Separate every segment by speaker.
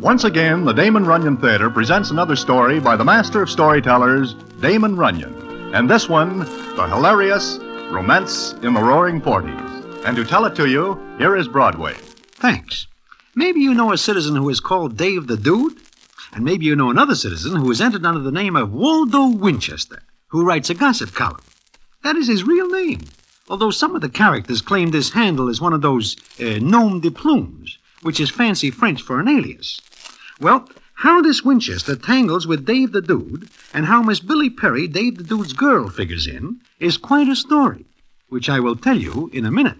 Speaker 1: Once again, the Damon Runyon Theater presents another story by the master of storytellers, Damon Runyon. And this one, the hilarious Romance in the Roaring Forties. And to tell it to you, here is Broadway.
Speaker 2: Thanks. Maybe you know a citizen who is called Dave the Dude, and maybe you know another citizen who is entered under the name of Waldo Winchester, who writes a gossip column. That is his real name, although some of the characters claim this handle is one of those uh, nom de plumes, which is fancy French for an alias. Well, how this Winchester tangles with Dave the Dude, and how Miss Billy Perry, Dave the Dude's girl, figures in, is quite a story, which I will tell you in a minute.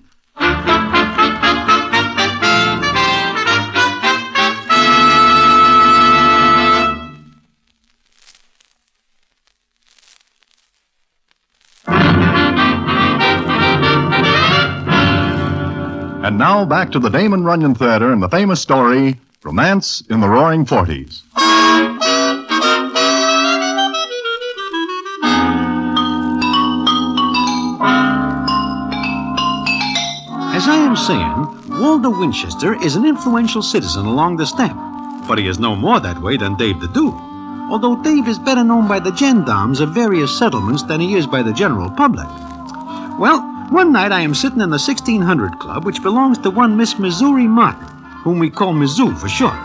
Speaker 1: And now back to the Damon Runyon Theater and the famous story, Romance in the Roaring Forties.
Speaker 2: As I am saying, Waldo Winchester is an influential citizen along the steppe, but he is no more that way than Dave the Dude. Although Dave is better known by the gendarmes of various settlements than he is by the general public. Well, one night I am sitting in the 1600 Club, which belongs to one Miss Missouri Martin, whom we call Mizzou for short.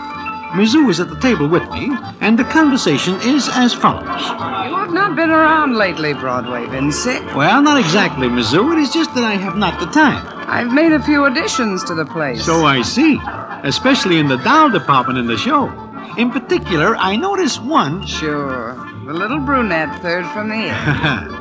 Speaker 2: Mizzou is at the table with me, and the conversation is as follows.
Speaker 3: You have not been around lately, Broadway. Been sick?
Speaker 2: Well, not exactly, Mizzou. It is just that I have not the time.
Speaker 3: I've made a few additions to the place.
Speaker 2: So uh, I see, especially in the doll department in the show. In particular, I notice one.
Speaker 3: Sure. The little brunette, third from the end.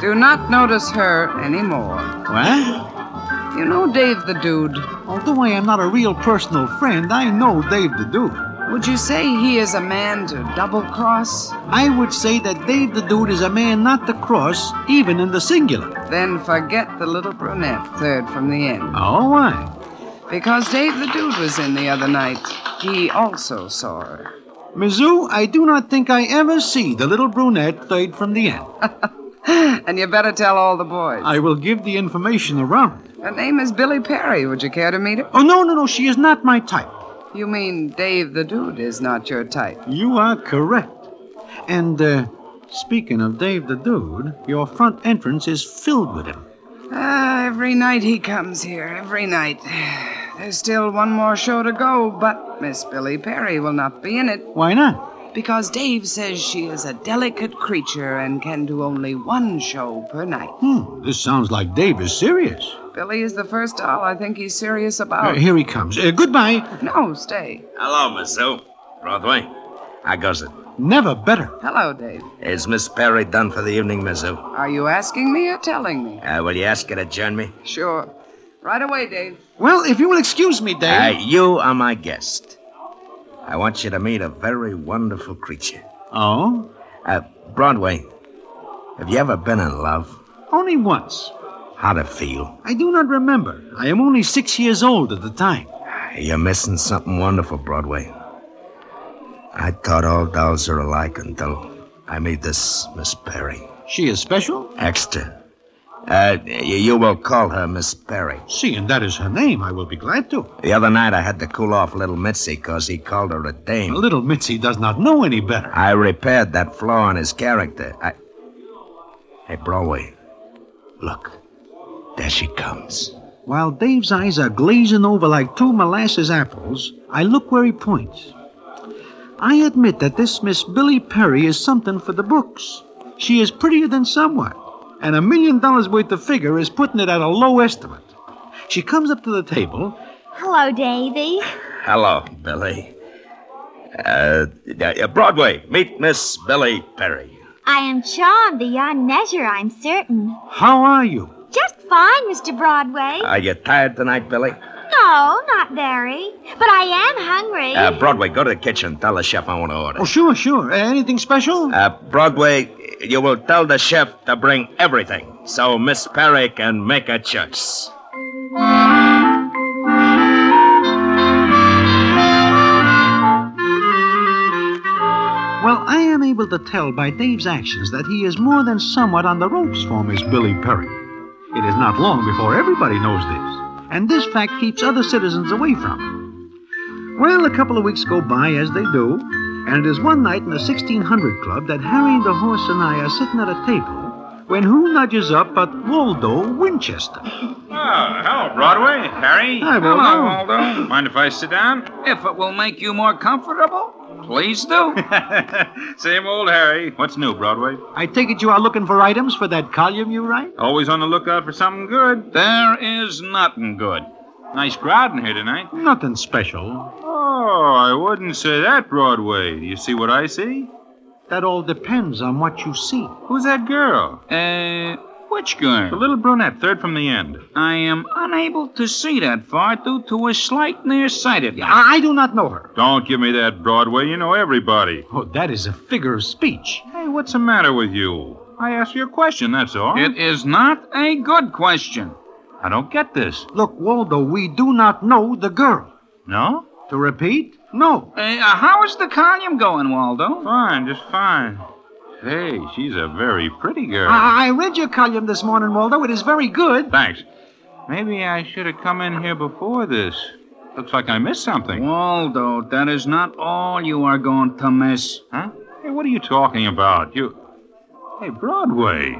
Speaker 3: Do not notice her anymore.
Speaker 2: what?
Speaker 3: You know Dave the Dude.
Speaker 2: Although I am not a real personal friend, I know Dave the Dude.
Speaker 3: Would you say he is a man to double cross?
Speaker 2: I would say that Dave the Dude is a man not to cross, even in the singular.
Speaker 3: Then forget the little brunette, third from the end.
Speaker 2: Oh, why?
Speaker 3: Because Dave the Dude was in the other night. He also saw her.
Speaker 2: Mizzou, I do not think I ever see the little brunette third from the end.
Speaker 3: And you better tell all the boys.
Speaker 2: I will give the information around.
Speaker 3: Her name is Billy Perry. Would you care to meet her?
Speaker 2: Oh, no, no, no, she is not my type.
Speaker 3: You mean Dave the Dude is not your type?
Speaker 2: You are correct. And, uh, speaking of Dave the Dude, your front entrance is filled with him.
Speaker 3: Ah, every night he comes here, every night. There's still one more show to go, but Miss Billy Perry will not be in it
Speaker 2: Why not?
Speaker 3: because Dave says she is a delicate creature and can do only one show per night.
Speaker 2: Hmm, this sounds like Dave is serious.
Speaker 3: Billy is the first doll I think he's serious
Speaker 2: Uh,
Speaker 3: about.
Speaker 2: here he comes. Uh, goodbye.
Speaker 3: No, stay.
Speaker 4: Hello, Miss Sue. Broadway. How goes it?
Speaker 2: Never better.
Speaker 3: Hello, Dave.
Speaker 4: Is Miss Perry done for the evening, Miss Sue?
Speaker 3: Are you asking me or telling me?
Speaker 4: Uh, will you ask her to join me?
Speaker 3: Sure. Right away, Dave.
Speaker 2: Well, if you will excuse me,
Speaker 4: Uh,
Speaker 2: Dave.
Speaker 4: you are my guest. I want you to meet a very wonderful creature.
Speaker 2: Oh?
Speaker 4: Uh, Broadway, have you ever been in love?
Speaker 2: Only once.
Speaker 4: How'd it feel?
Speaker 2: I do not remember. I am only six years old at the time.
Speaker 4: You're missing something wonderful, Broadway. I thought all dolls are alike until I meet this Miss Perry.
Speaker 2: She is special?
Speaker 4: Extra. Uh, y- you will call her Miss Perry.
Speaker 2: Seeing that is her name, I will be glad to.
Speaker 4: The other night I had to cool off little Mitzi 'cause he called her a dame.
Speaker 2: Little Mitzi does not know any better.
Speaker 4: I repaired that flaw in his character. I... Hey, Broadway, look. There she comes.
Speaker 2: While Dave's eyes are glazing over like two molasses apples, I look where he points. I admit that this Miss Billy Perry is something for the books. She is prettier than someone, and a million dollars worth of figure is putting it at a low estimate. She comes up to the table.
Speaker 5: Hello, Davy.
Speaker 4: Hello, Billy. Uh, uh, Broadway, meet Miss Billy Perry.
Speaker 5: I am charmed beyond measure, I'm certain.
Speaker 2: How are you?
Speaker 5: Just fine, Mr. Broadway.
Speaker 4: Are you tired tonight, Billy?
Speaker 5: no, not very. But I am hungry.
Speaker 4: Uh, Broadway, go to the kitchen. Tell the chef I want to order.
Speaker 2: Oh, sure, sure. Uh, anything special?
Speaker 4: Uh, Broadway, you will tell the chef to bring everything so Miss Perry can make a choice.
Speaker 2: Well, I am able to tell by Dave's actions that he is more than somewhat on the ropes for Miss Billy Perry. It is not long before everybody knows this, and this fact keeps other citizens away from her. Well, a couple of weeks go by as they do, and it is one night in the 1600 Club that Harry the Horse and I are sitting at a table when who nudges up but Waldo Winchester?
Speaker 6: Oh, hello, Broadway. Harry.
Speaker 2: Hi, Waldo.
Speaker 6: Hello, Waldo. Mind if I sit down?
Speaker 7: If it will make you more comfortable, please do.
Speaker 6: Same old Harry. What's new, Broadway?
Speaker 2: I take it you are looking for items for that column you write?
Speaker 6: Always on the lookout for something good.
Speaker 7: there is nothing good.
Speaker 6: Nice crowd in here tonight.
Speaker 2: Nothing special.
Speaker 6: Oh, I wouldn't say that, Broadway. Do you see what I see?
Speaker 2: That all depends on what you see.
Speaker 6: Who's that girl?
Speaker 7: Uh, which
Speaker 6: The
Speaker 7: girl?
Speaker 6: little brunette, third from the end.
Speaker 7: I am unable to see that far due to a slight nearsightedness.
Speaker 2: I, I do not know her.
Speaker 6: Don't give me that, Broadway. You know everybody.
Speaker 2: Oh, that is a figure of speech.
Speaker 6: Hey, what's the matter with you? I asked you a question, that's all.
Speaker 7: It is not a good question.
Speaker 6: I don't get this.
Speaker 2: Look, Waldo, we do not know the girl.
Speaker 6: No?
Speaker 2: To repeat, no.
Speaker 7: Uh, uh, how is the column going, Waldo?
Speaker 6: Fine, just fine. Ah. Hey, she's a very pretty girl.
Speaker 2: I, I read your column this morning, Waldo. It is very good.
Speaker 6: Thanks. Maybe I should have come in here before this. Looks like I missed something.
Speaker 7: Waldo, that is not all you are going to miss.
Speaker 6: Huh? Hey, what are you talking about? You. Hey, Broadway.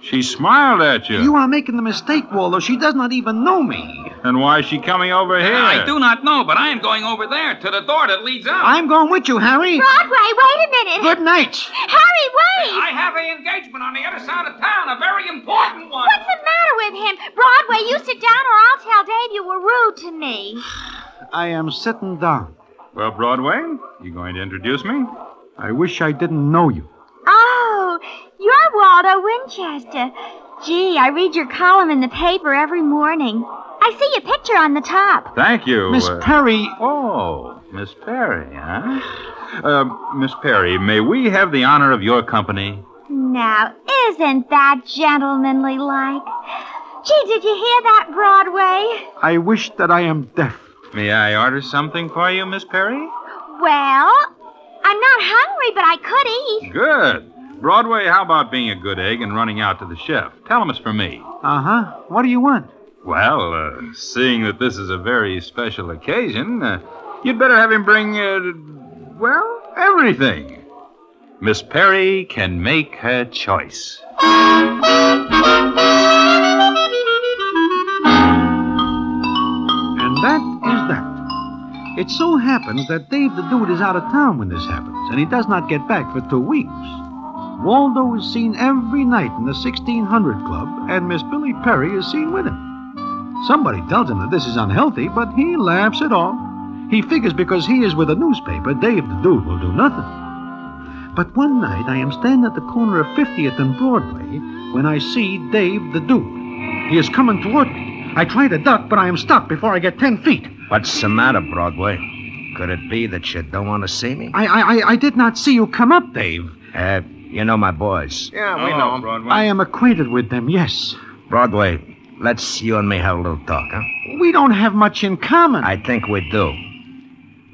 Speaker 6: She smiled at you.
Speaker 2: You are making the mistake, Waldo. She does not even know me.
Speaker 6: Then why is she coming over here?
Speaker 7: Uh, I do not know, but I am going over there to the door that leads out.
Speaker 2: I'm going with you, Harry.
Speaker 5: Broadway, wait a minute.
Speaker 2: Good night.
Speaker 5: Harry, wait.
Speaker 7: I have an engagement on the other side of town, a very important one.
Speaker 5: What's the matter with him? Broadway, you sit down or I'll tell Dave you were rude to me.
Speaker 2: I am sitting down.
Speaker 6: Well, Broadway, you going to introduce me?
Speaker 2: I wish I didn't know you.
Speaker 5: Oh, you're Waldo Winchester. Gee, I read your column in the paper every morning. I see your picture on the top.
Speaker 6: Thank you.
Speaker 2: Miss
Speaker 6: uh,
Speaker 2: Perry,
Speaker 6: Oh, Miss Perry, huh? Uh, Miss Perry, may we have the honor of your company?
Speaker 5: Now, isn't that gentlemanly like? Gee, did you hear that, Broadway?
Speaker 2: I wish that I am deaf.
Speaker 6: May I order something for you, Miss Perry?
Speaker 5: Well, I'm not hungry, but I could eat.
Speaker 6: Good. Broadway, how about being a good egg and running out to the chef? Tell him it's for me.
Speaker 2: Uh huh. What do you want?
Speaker 6: Well, uh, seeing that this is a very special occasion, uh, you'd better have him bring, uh, well, everything. Miss Perry can make her choice.
Speaker 2: And that is that. It so happens that Dave the Dude is out of town when this happens, and he does not get back for two weeks. Waldo is seen every night in the 1600 Club, and Miss Billy Perry is seen with him. Somebody tells him that this is unhealthy, but he laughs it off. He figures because he is with a newspaper, Dave the Dude will do nothing. But one night I am standing at the corner of 50th and Broadway when I see Dave the Dude. He is coming toward me. I try to duck, but I am stopped before I get 10 feet.
Speaker 4: What's the matter, Broadway? Could it be that you don't want to see me?
Speaker 2: I, I, I- I did not see you come up, Dave.
Speaker 4: Uh, you know my boys.
Speaker 6: Yeah, we know, Broadway.
Speaker 2: I am acquainted with them, yes.
Speaker 4: Broadway, let's you and me have a little talk, huh?
Speaker 2: We don't have much in common.
Speaker 4: I think we do.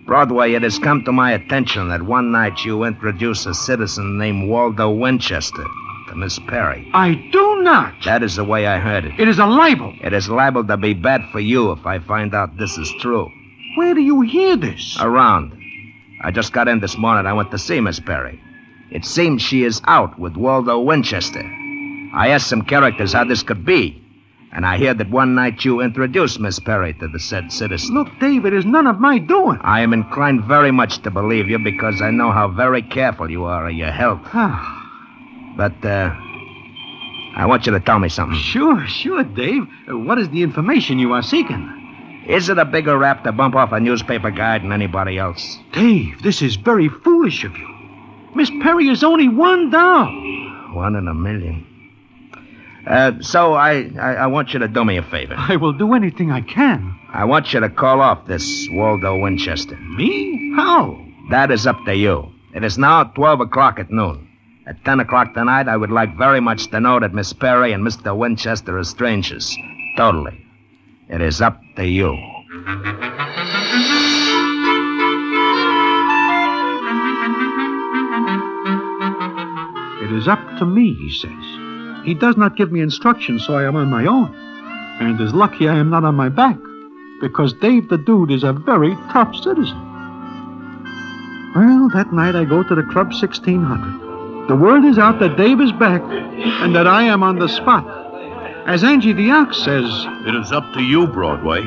Speaker 4: Broadway, it has come to my attention that one night you introduced a citizen named Waldo Winchester to Miss Perry.
Speaker 2: I do not.
Speaker 4: That is the way I heard it.
Speaker 2: It is a libel.
Speaker 4: It is liable to be bad for you if I find out this is true.
Speaker 2: Where do you hear this?
Speaker 4: Around. I just got in this morning. I went to see Miss Perry. It seems she is out with Waldo Winchester. I asked some characters how this could be, and I hear that one night you introduced Miss Perry to the said citizen.
Speaker 2: Look, Dave, it is none of my doing.
Speaker 4: I am inclined very much to believe you because I know how very careful you are of your health.
Speaker 2: Ah,
Speaker 4: But, uh, I want you to tell me something.
Speaker 2: sure, sure, Dave. Uh, What is the information you are seeking?
Speaker 4: Is it a bigger rap to bump off a newspaper guy than anybody else?
Speaker 2: Dave, this is very foolish of you. Miss Perry is only one down.
Speaker 4: One in a million. Uh, so I, I, I want you to do me a favor.
Speaker 2: I will do anything I can.
Speaker 4: I want you to call off this Waldo Winchester.
Speaker 2: Me? How?
Speaker 4: That is up to you. It is now 12 o'clock at noon. At 10 o'clock tonight, I would like very much to know that Miss Perry and Mr. Winchester are strangers. Totally. It is up to you.
Speaker 2: It is up to me, he says. He does not give me instructions, so I am on my own. And it is lucky I am not on my back, because Dave the Dude is a very tough citizen. Well, that night I go to the Club 1600. The word is out that Dave is back and that I am on the spot. As Angie the Ox says,
Speaker 8: It is up to you, Broadway.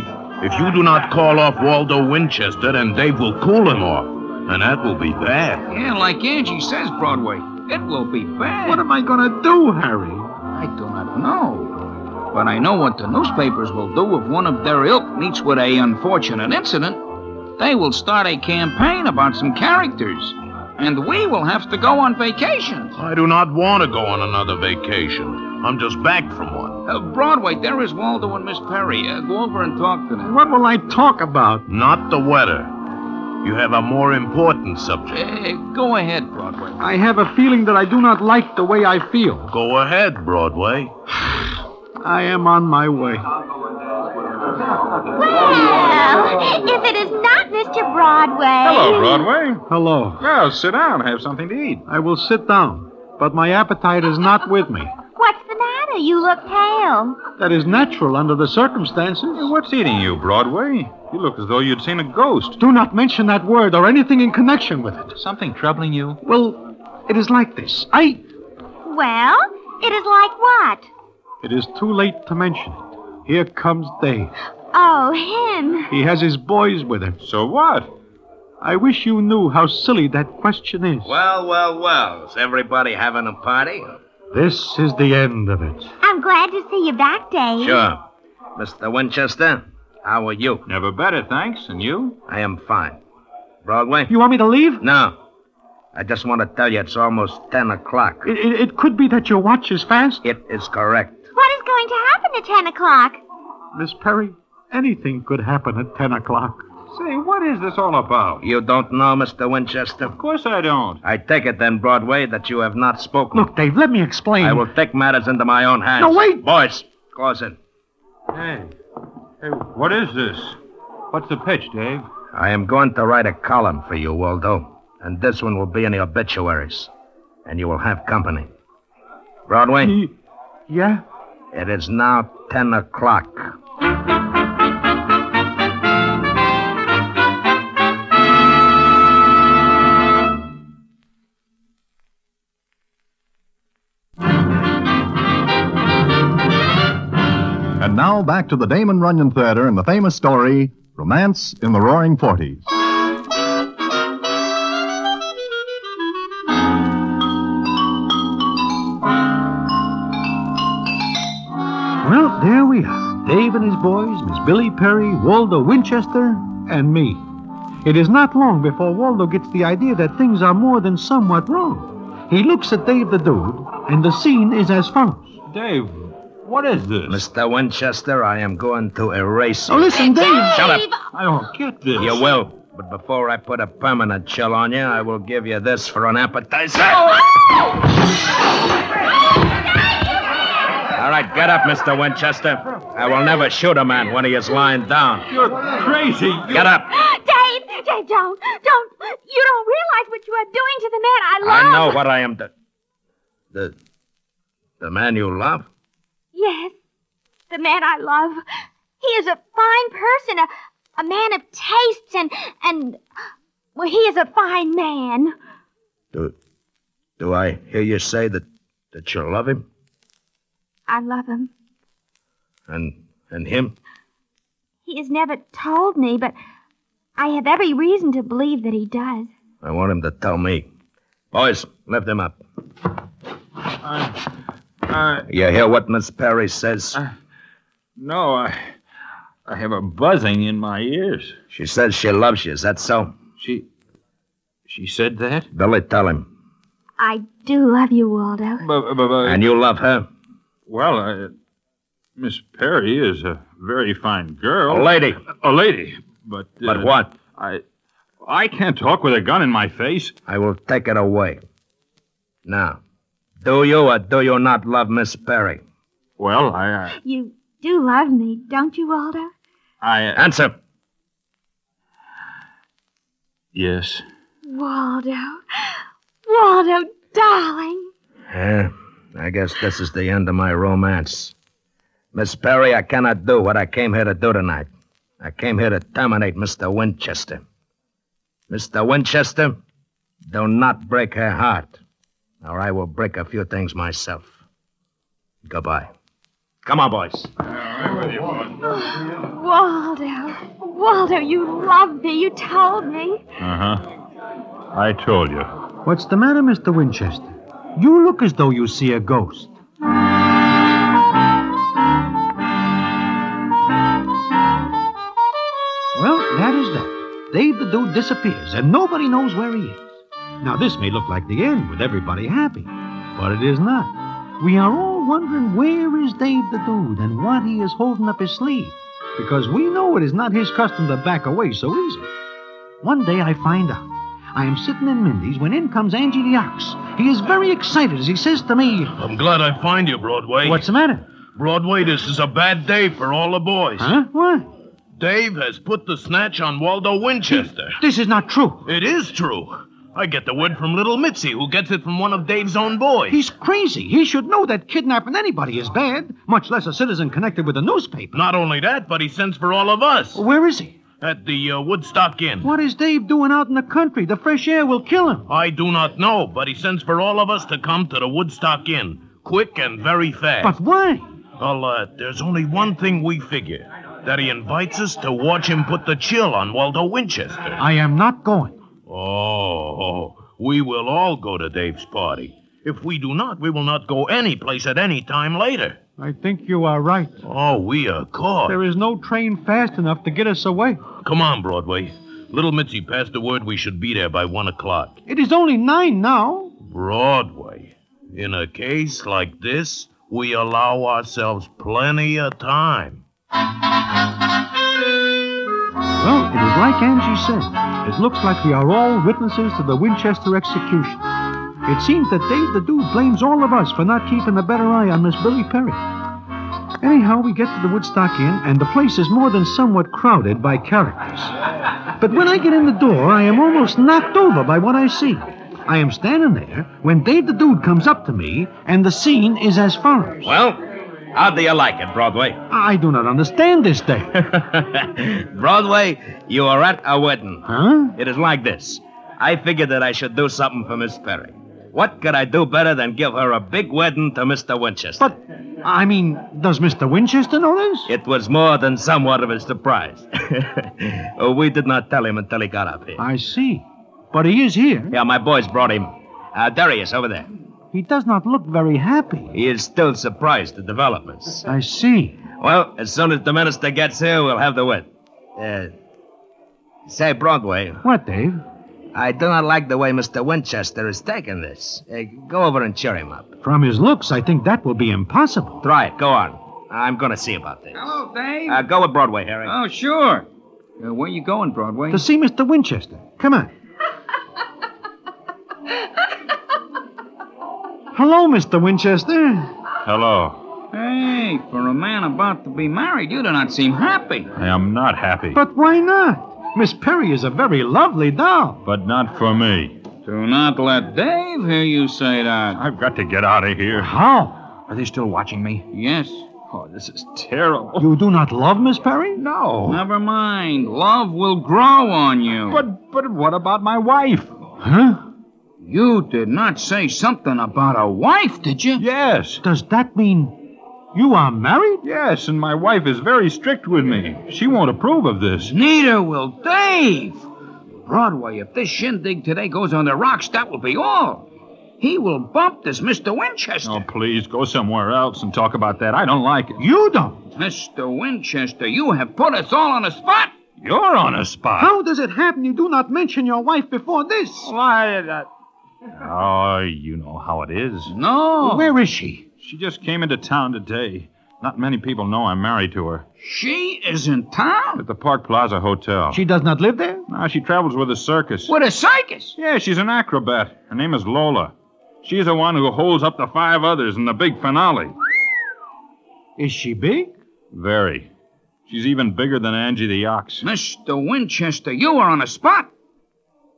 Speaker 8: If you do not call off Waldo Winchester, then Dave will cool him off. And that will be bad.
Speaker 7: Yeah, like Angie says, Broadway, it will be bad.
Speaker 2: What am I going to do, Harry?
Speaker 7: I do not know. But I know what the newspapers will do if one of their ilk meets with a unfortunate incident. They will start a campaign about some characters. And we will have to go on vacation.
Speaker 8: I do not want to go on another vacation. I'm just back from one.
Speaker 7: Uh, Broadway, there is Waldo and Miss Perry. Uh, go over and talk to them.
Speaker 2: What will I talk about?
Speaker 8: Not the weather. You have a more important subject.
Speaker 7: Uh, go ahead, Broadway.
Speaker 2: I have a feeling that I do not like the way I feel.
Speaker 8: Go ahead, Broadway.
Speaker 2: I am on my way.
Speaker 5: Well, if it is not Mr. Broadway.
Speaker 6: Hello, Broadway.
Speaker 2: Hello.
Speaker 6: Well, sit down. Have something to eat.
Speaker 2: I will sit down, but my appetite is not with me.
Speaker 5: What's the matter? You look pale.
Speaker 2: That is natural under the circumstances.
Speaker 6: What's eating you, Broadway? You look as though you'd seen a ghost.
Speaker 2: Do not mention that word or anything in connection with it.
Speaker 6: Something troubling you?
Speaker 2: Well, it is like this. I.
Speaker 5: Well, it is like what?
Speaker 2: It is too late to mention it. Here comes Dave.
Speaker 5: Oh, him.
Speaker 2: He has his boys with him.
Speaker 6: So what?
Speaker 2: I wish you knew how silly that question is.
Speaker 4: Well, well, well. Is everybody having a party?
Speaker 2: This is the end of it.
Speaker 5: I'm glad to see you back, Dave.
Speaker 4: Sure. Mr. Winchester, how are you?
Speaker 6: Never better, thanks. And you?
Speaker 4: I am fine. Broadway?
Speaker 2: You want me to leave?
Speaker 4: No. I just want to tell you it's almost 10 o'clock.
Speaker 2: It, it, it could be that your watch is fast.
Speaker 4: It is correct.
Speaker 5: What is going to happen at 10 o'clock?
Speaker 2: Miss Perry, anything could happen at 10 o'clock.
Speaker 6: Say, what is this all about?
Speaker 4: You don't know, Mr. Winchester?
Speaker 6: Of course I don't.
Speaker 4: I take it then, Broadway, that you have not spoken.
Speaker 2: Look, Dave, let me explain.
Speaker 4: I will take matters into my own hands.
Speaker 2: No, wait!
Speaker 4: Boys, close it.
Speaker 6: Hey. Hey, what is this? What's the pitch, Dave?
Speaker 4: I am going to write a column for you, Waldo. And this one will be in the obituaries. And you will have company. Broadway?
Speaker 6: Hmm.
Speaker 2: Ye- Yeah?
Speaker 4: It is now 10 o'clock.
Speaker 1: And now back to the Damon Runyon Theater and the famous story, Romance in the Roaring Forties.
Speaker 2: Well, there we are. Dave and his boys, Miss Billy Perry, Waldo Winchester, and me. It is not long before Waldo gets the idea that things are more than somewhat wrong. He looks at Dave the Dude, and the scene is as follows.
Speaker 6: Dave, what is this?
Speaker 4: Mr. Winchester, I am going to erase you.
Speaker 2: Oh, listen, Dave!
Speaker 4: Shut up.
Speaker 2: I don't get this.
Speaker 4: You will. But before I put a permanent chill on you, I will give you this for an appetizer.
Speaker 5: oh! Oh,
Speaker 4: All right, get up, Mr. Winchester. I will never shoot a man when he is lying down.
Speaker 6: You're crazy.
Speaker 4: Get up.
Speaker 5: Dave, Dave, don't, don't. You don't realize what you are doing to the man I love.
Speaker 4: I know what I am. Do- the, the man you love?
Speaker 5: Yes, the man I love. He is a fine person, a, a man of tastes, and, and, well, he is a fine man.
Speaker 4: Do, do I hear you say that, that you love him?
Speaker 5: I love him.
Speaker 4: And, and him?
Speaker 5: He has never told me, but I have every reason to believe that he does.
Speaker 4: I want him to tell me. Boys, lift him up.
Speaker 6: Uh,
Speaker 4: You hear what Miss Perry says?
Speaker 6: no, I, I have a buzzing in my ears.
Speaker 4: She says she loves you. Is that so?
Speaker 6: She, she said that.
Speaker 4: Billy, tell him.
Speaker 5: I do love you, Waldo.
Speaker 6: Bu- bu- bu-
Speaker 4: And you love her?
Speaker 6: Well, uh, Miss Perry is a very fine girl.
Speaker 4: A lady.
Speaker 6: A lady. But. uh,
Speaker 4: But what?
Speaker 6: I. I can't talk with a gun in my face.
Speaker 4: I will take it away. Now, do you or do you not love Miss Perry?
Speaker 6: Well, I.
Speaker 5: You do love me, don't you, Waldo?
Speaker 6: I. I
Speaker 4: Answer.
Speaker 6: yes.
Speaker 5: Waldo. Waldo, darling.
Speaker 4: Yeah, Eh, I guess this is the end of my romance. Miss Perry, I cannot do what I came here to do tonight. I came here to terminate Mr. Winchester. Mr. Winchester, do not break her heart, or I will break a few things myself. Goodbye. Come on, boys.
Speaker 5: Waldo. Waldo, you love me. You told me.
Speaker 6: Uh huh. I told you.
Speaker 2: What's the matter, Mr. Winchester? You look as though you see a ghost. Well, that is that. Dave the Dude disappears, and nobody knows where he is. Now, this may look like the end with everybody happy, but it is not. We are all wondering where is Dave the Dude and what he is holding up his sleeve, because we know it is not his custom to back away so easy. One day I find out. I am sitting in Mindy's when in comes Angie the Ox. He is very excited as he says to me,
Speaker 8: I'm glad I find you, Broadway.
Speaker 2: What's the matter?
Speaker 8: Broadway, this is a bad day for all the boys.
Speaker 2: Huh? What?
Speaker 8: Dave has put the snatch on Waldo Winchester.
Speaker 2: This is not true.
Speaker 8: It is true. I get the word from little Mitzi, who gets it from one of Dave's own boys.
Speaker 2: He's crazy. He should know that kidnapping anybody is bad, much less a citizen connected with a newspaper.
Speaker 8: Not only that, but he sends for all of us
Speaker 2: Where is he?
Speaker 8: at the uh, Woodstock Inn.
Speaker 2: What is Dave doing out in the country? The fresh air will kill him.
Speaker 8: I do not know, but he sends for all of us to come to the Woodstock Inn, quick and very fast.
Speaker 2: But why?
Speaker 8: Well, uh, there's only one thing we figure that he invites us to watch him put the chill on Waldo Winchester.
Speaker 2: I am not going.
Speaker 8: Oh, we will all go to Dave's party. If we do not, we will not go any place at any time later.
Speaker 2: I think you are right.
Speaker 8: Oh, we are caught.
Speaker 2: There is no train fast enough to get us away.
Speaker 8: Come on, Broadway. Little Mitzi passed the word we should be there by one o'clock.
Speaker 2: It is only nine now.
Speaker 8: Broadway. In a case like this, we allow ourselves plenty of time.
Speaker 2: Well, it is like Angie said. It looks like we are all witnesses to the Winchester execution. It seems that Dave the Dude blames all of us for not keeping a better eye on Miss Billy Perry. Anyhow, we get to the Woodstock Inn, and the place is more than somewhat crowded by characters. But when I get in the door, I am almost knocked over by what I see. I am standing there when Dave the Dude comes up to me, and the scene is as follows.
Speaker 4: Well, how do you like it, Broadway?
Speaker 2: I do not understand this thing.
Speaker 4: Broadway, you are at a wedding.
Speaker 2: Huh?
Speaker 4: It is like this. I figured that I should do something for Miss Perry. What could I do better than give her a big wedding to Mr. Winchester?
Speaker 2: But, I mean, does Mr. Winchester know this?
Speaker 4: It was more than somewhat of a surprise. Uh, we did not tell him until he got up here.
Speaker 2: I see. But he is here.
Speaker 4: Yeah, my boys brought him. Uh, there he is, over there.
Speaker 2: He does not look very happy.
Speaker 4: He is still surprised at developments.
Speaker 2: I see.
Speaker 4: Well, as soon as the minister gets here, we'll have the wedding. Uh, say, Broadway,
Speaker 2: What, Dave?
Speaker 4: I do not like the way Mr. Winchester is taking this. Uh, go over and cheer him up.
Speaker 2: From his looks, I think that will be impossible.
Speaker 4: Try it. Go on. I'm going to see about this.
Speaker 3: Hello, Dave.
Speaker 4: Uh, go with Broadway, Harry.
Speaker 7: Oh, sure. Uh, where you going, Broadway?
Speaker 2: To see Mr. Winchester. Come on. Hello, Mr. Winchester.
Speaker 6: Hello.
Speaker 7: Hey, for a man about to be married, you do not seem happy.
Speaker 6: I am not happy.
Speaker 2: But why not? Miss Perry is a very lovely doll.
Speaker 6: But not for me.
Speaker 7: Do not let Dave hear you say that.
Speaker 6: I've got to get out of here.
Speaker 2: How?
Speaker 7: Are they still watching me? Yes. Oh, this is
Speaker 6: Terrible.
Speaker 2: You do not love Miss Perry?
Speaker 6: No.
Speaker 7: Oh. Never mind. Love will grow on you.
Speaker 6: But but what about my wife?
Speaker 2: Huh?
Speaker 7: you did not say something about a wife, did you?
Speaker 6: Yes.
Speaker 2: Does that mean you are married?
Speaker 6: Yes, and my wife is very strict with me. She won't approve of this.
Speaker 7: Neither will Dave. Broadway, if this shindig today goes on the rocks, that will be all. He will bump this Mr. Winchester.
Speaker 6: Oh, please, go somewhere else and talk about that. I don't like it.
Speaker 2: You don't.
Speaker 7: Mr. Winchester, you have put us all on the spot.
Speaker 6: You're on a spot.
Speaker 2: How does it happen you do not mention your wife before this?
Speaker 6: Why, that... Oh, you know how it is.
Speaker 7: No.
Speaker 2: Where is she?
Speaker 6: She just came into town today. Not many people know I'm married to her.
Speaker 7: She is in town?
Speaker 6: At the Park Plaza Hotel.
Speaker 2: She does not live there?
Speaker 6: Now she travels with a circus.
Speaker 7: With a circus?
Speaker 6: Yeah, she's an acrobat. Her name is Lola. She's the one who holds up the five others in the big finale.
Speaker 2: Is she big?
Speaker 6: Very. She's even bigger than Angie the Ox.
Speaker 7: Mr. Winchester, you are on a spot.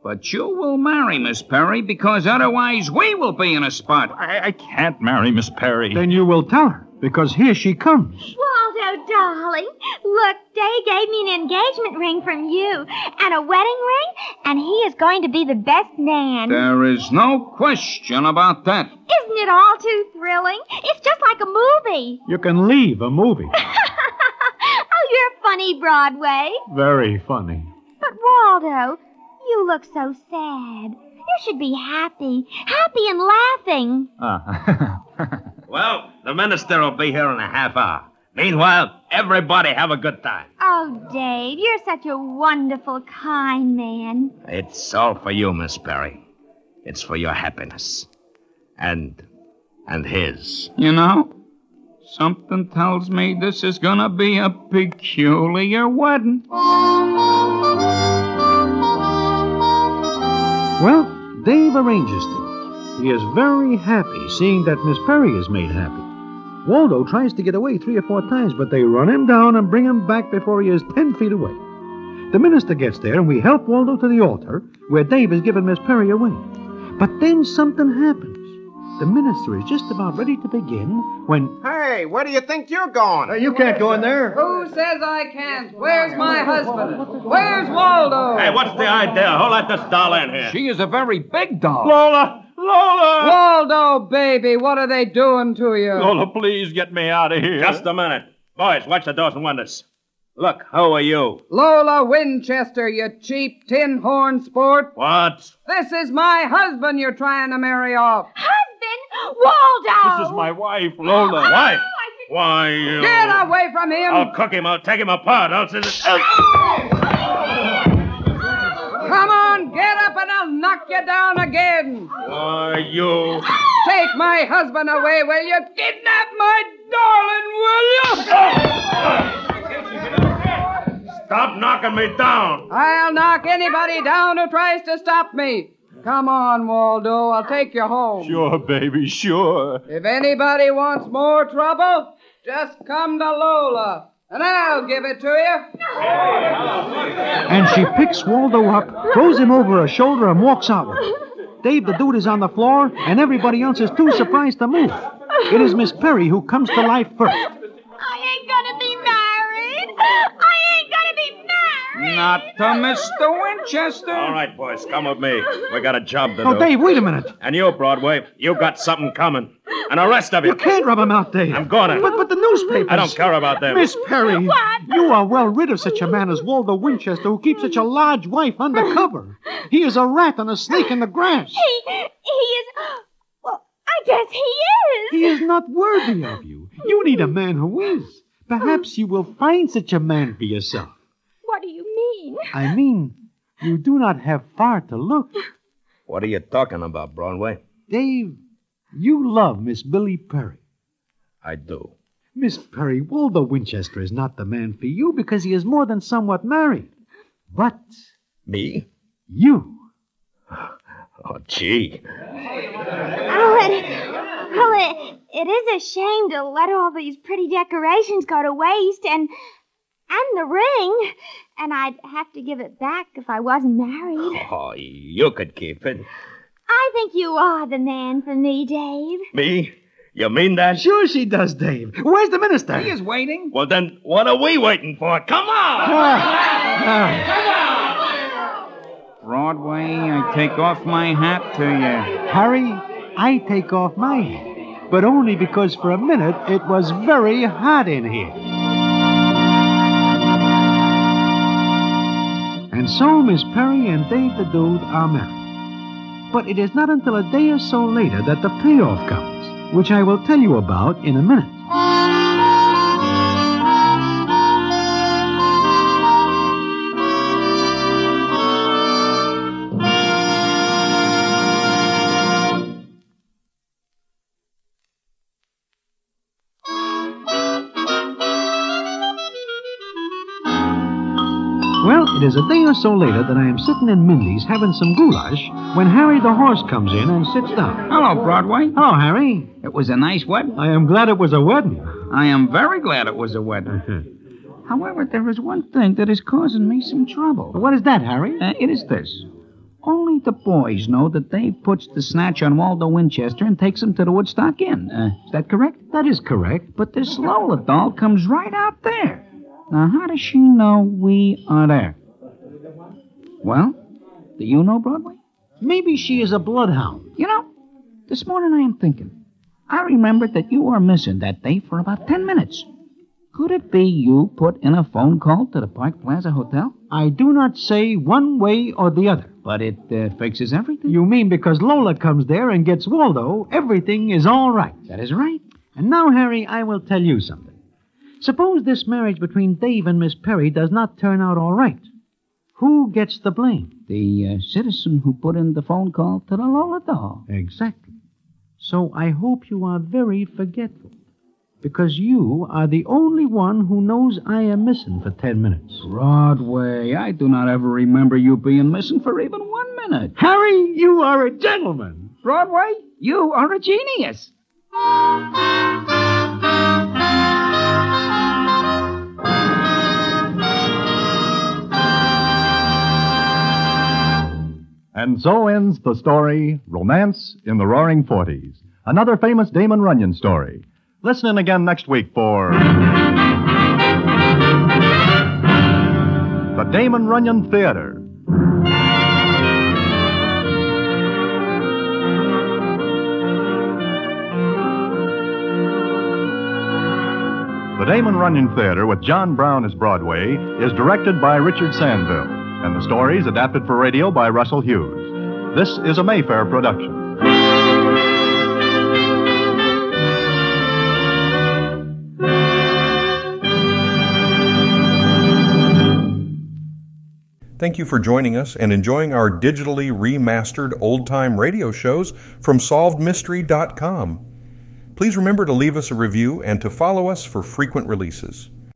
Speaker 7: But you will marry Miss Perry because otherwise we will be in a spot.
Speaker 6: I, I can't marry Miss Perry.
Speaker 2: Then you will tell her, because here she comes.
Speaker 5: Waldo, darling, look, Day gave me an engagement ring from you and a wedding ring, and he is going to be the best man.
Speaker 7: There is no question about that.
Speaker 5: Isn't it all too thrilling? It's just like a movie.
Speaker 2: You can leave a movie.
Speaker 5: Oh, you're funny, Broadway.
Speaker 2: Very funny.
Speaker 5: But, Waldo, you look so sad. You should be happy, happy and laughing.
Speaker 6: Ah.
Speaker 4: Well, the minister will be here in a half hour. Meanwhile, everybody have a good time.
Speaker 5: Oh, Dave, you're such a wonderful, kind man.
Speaker 4: It's all for you, Miss Perry. It's for your happiness. And. and his.
Speaker 7: You know, something tells me this is gonna be a peculiar wedding.
Speaker 2: Well, Dave arranges things. He is very happy seeing that Miss Perry is made happy. Waldo tries to get away three or four times, but they run him down and bring him back before he is ten feet away. The minister gets there, and we help Waldo to the altar, where Dave has given Miss Perry away. But then something happens. The minister is just about ready to begin when.
Speaker 9: Hey, where do you think you're going?
Speaker 2: you can't go in there.
Speaker 3: Who says I can't? Where's my husband? Where's Waldo?
Speaker 8: Hey, what's the idea? Who let this doll in here?
Speaker 7: She is a very big doll.
Speaker 8: Lola! Lola!
Speaker 3: Waldo, baby, what are they doing to you?
Speaker 6: Lola, please get me out of here.
Speaker 8: Just a minute. Boys, watch the doors and windows. Look, who are you?
Speaker 3: Lola Winchester, you cheap tin horn sport.
Speaker 8: What?
Speaker 3: This is my husband you're trying to marry off.
Speaker 5: Husband, Waldo!
Speaker 6: This is my wife, Lola.
Speaker 8: Wife?
Speaker 5: Oh, I think-
Speaker 8: Why, you.
Speaker 3: Get away from him.
Speaker 8: I'll cook him. I'll take him apart. I'll sit.
Speaker 3: Come on, get up and I'll knock you down again.
Speaker 8: Why, you.
Speaker 3: Take my husband away, will you? Kidnap my darling, will you?
Speaker 8: Stop knocking me down.
Speaker 3: I'll knock anybody down who tries to stop me. Come on, Waldo, I'll take you home.
Speaker 6: Sure, baby, sure.
Speaker 3: If anybody wants more trouble, just come to Lola, and I'll give it to you.
Speaker 2: And she picks Waldo up, throws him over her shoulder, and walks out. Dave, the dude, is on the floor, and everybody else is too surprised to move. It is Miss Perry who comes to life first.
Speaker 5: I ain't gonna be married. I ain't gonna be married.
Speaker 7: Not to Mr. Winchester.
Speaker 8: All right, boys, come with me. We got a job to
Speaker 2: Oh,
Speaker 8: do.
Speaker 2: Dave, wait a minute.
Speaker 8: And you, Broadway, you got something coming. And the rest of you.
Speaker 2: You can't rub him out, Dave.
Speaker 8: I'm gonna.
Speaker 2: But, but the newspapers.
Speaker 8: I don't care about them.
Speaker 2: Miss Perry, you are well rid of such a man as Waldo Winchester, who keeps such a large wife under cover. He is a rat and a snake in the grass.
Speaker 5: He, he is. Well, I guess he is.
Speaker 2: He is not worthy of you. You need a man who is. Perhaps you will find such a man for yourself.
Speaker 5: What do you mean?
Speaker 2: I mean, you do not have far to look.
Speaker 4: What are you talking about, Broadway?
Speaker 2: Dave, you love Miss Billy Perry.
Speaker 4: I do.
Speaker 2: Miss Perry, Waldo Winchester is not the man for you because he is more than somewhat married. But
Speaker 4: Me?
Speaker 2: you,
Speaker 4: Oh, gee.
Speaker 5: Oh, it, well, it, it is a shame to let all these pretty decorations go to waste, and and the ring. And I'd have to give it back if I wasn't married.
Speaker 4: Oh, you could keep it.
Speaker 5: I think you are the man for me, Dave.
Speaker 4: Me? You mean that?
Speaker 2: sure she does, Dave. Where's the minister?
Speaker 7: He is waiting.
Speaker 8: Well, then, what are we waiting for? Come on!
Speaker 2: Ah, ah.
Speaker 7: Broadway, I take off my hat to you.
Speaker 2: Harry, I take off my hat, but only because for a minute it was very hot in here. And so Miss Perry and Dave the Dude are married. But it is not until a day or so later that the payoff comes, which I will tell you about in a minute. It is a day or so later that I am sitting in Mindy's having some goulash when Harry the horse comes in and sits down.
Speaker 7: Hello, Broadway.
Speaker 2: Hello, Harry.
Speaker 7: It was a nice wedding.
Speaker 2: I am glad it was a wedding. Uh-huh.
Speaker 7: I am very glad it was a wedding. However, there is one thing that is causing me some trouble.
Speaker 2: What is that, Harry?
Speaker 7: Uh, it is this. Only the boys know that Dave puts the snatch on Waldo Winchester and takes him to the Woodstock Inn. Uh, is that correct?
Speaker 2: That is correct.
Speaker 7: But this Lola doll comes right out there. Now, how does she know we are there? Well, do you know Broadway?
Speaker 2: Maybe she is a bloodhound.
Speaker 7: You know, this morning I am thinking. I remembered that you were missing that day for about ten minutes. Could it be you put in a phone call to the Park Plaza Hotel?
Speaker 2: I do not say one way or the other.
Speaker 7: But it uh, fixes everything.
Speaker 2: You mean because Lola comes there and gets Waldo, everything is all right.
Speaker 7: That is right.
Speaker 2: And now, Harry, I will tell you something. Suppose this marriage between Dave and Miss Perry does not turn out all right. Who gets the blame?
Speaker 7: The uh, citizen who put in the phone call to the Lola doll.
Speaker 2: Exactly. So I hope you are very forgetful. Because you are the only one who knows I am missing for ten minutes.
Speaker 7: Broadway, I do not ever remember you being missing for even one minute.
Speaker 2: Harry, you are a gentleman.
Speaker 7: Broadway, you are a genius.
Speaker 1: And so ends the story Romance in the Roaring Forties, another famous Damon Runyon story. Listen in again next week for. The Damon Runyon Theater. The Damon Runyon Theater with John Brown as Broadway is directed by Richard Sandville, and the story is adapted for radio by Russell Hughes. This is a Mayfair production.
Speaker 10: Thank you for joining us and enjoying our digitally remastered old time radio shows from SolvedMystery.com. Please remember to leave us a review and to follow us for frequent releases.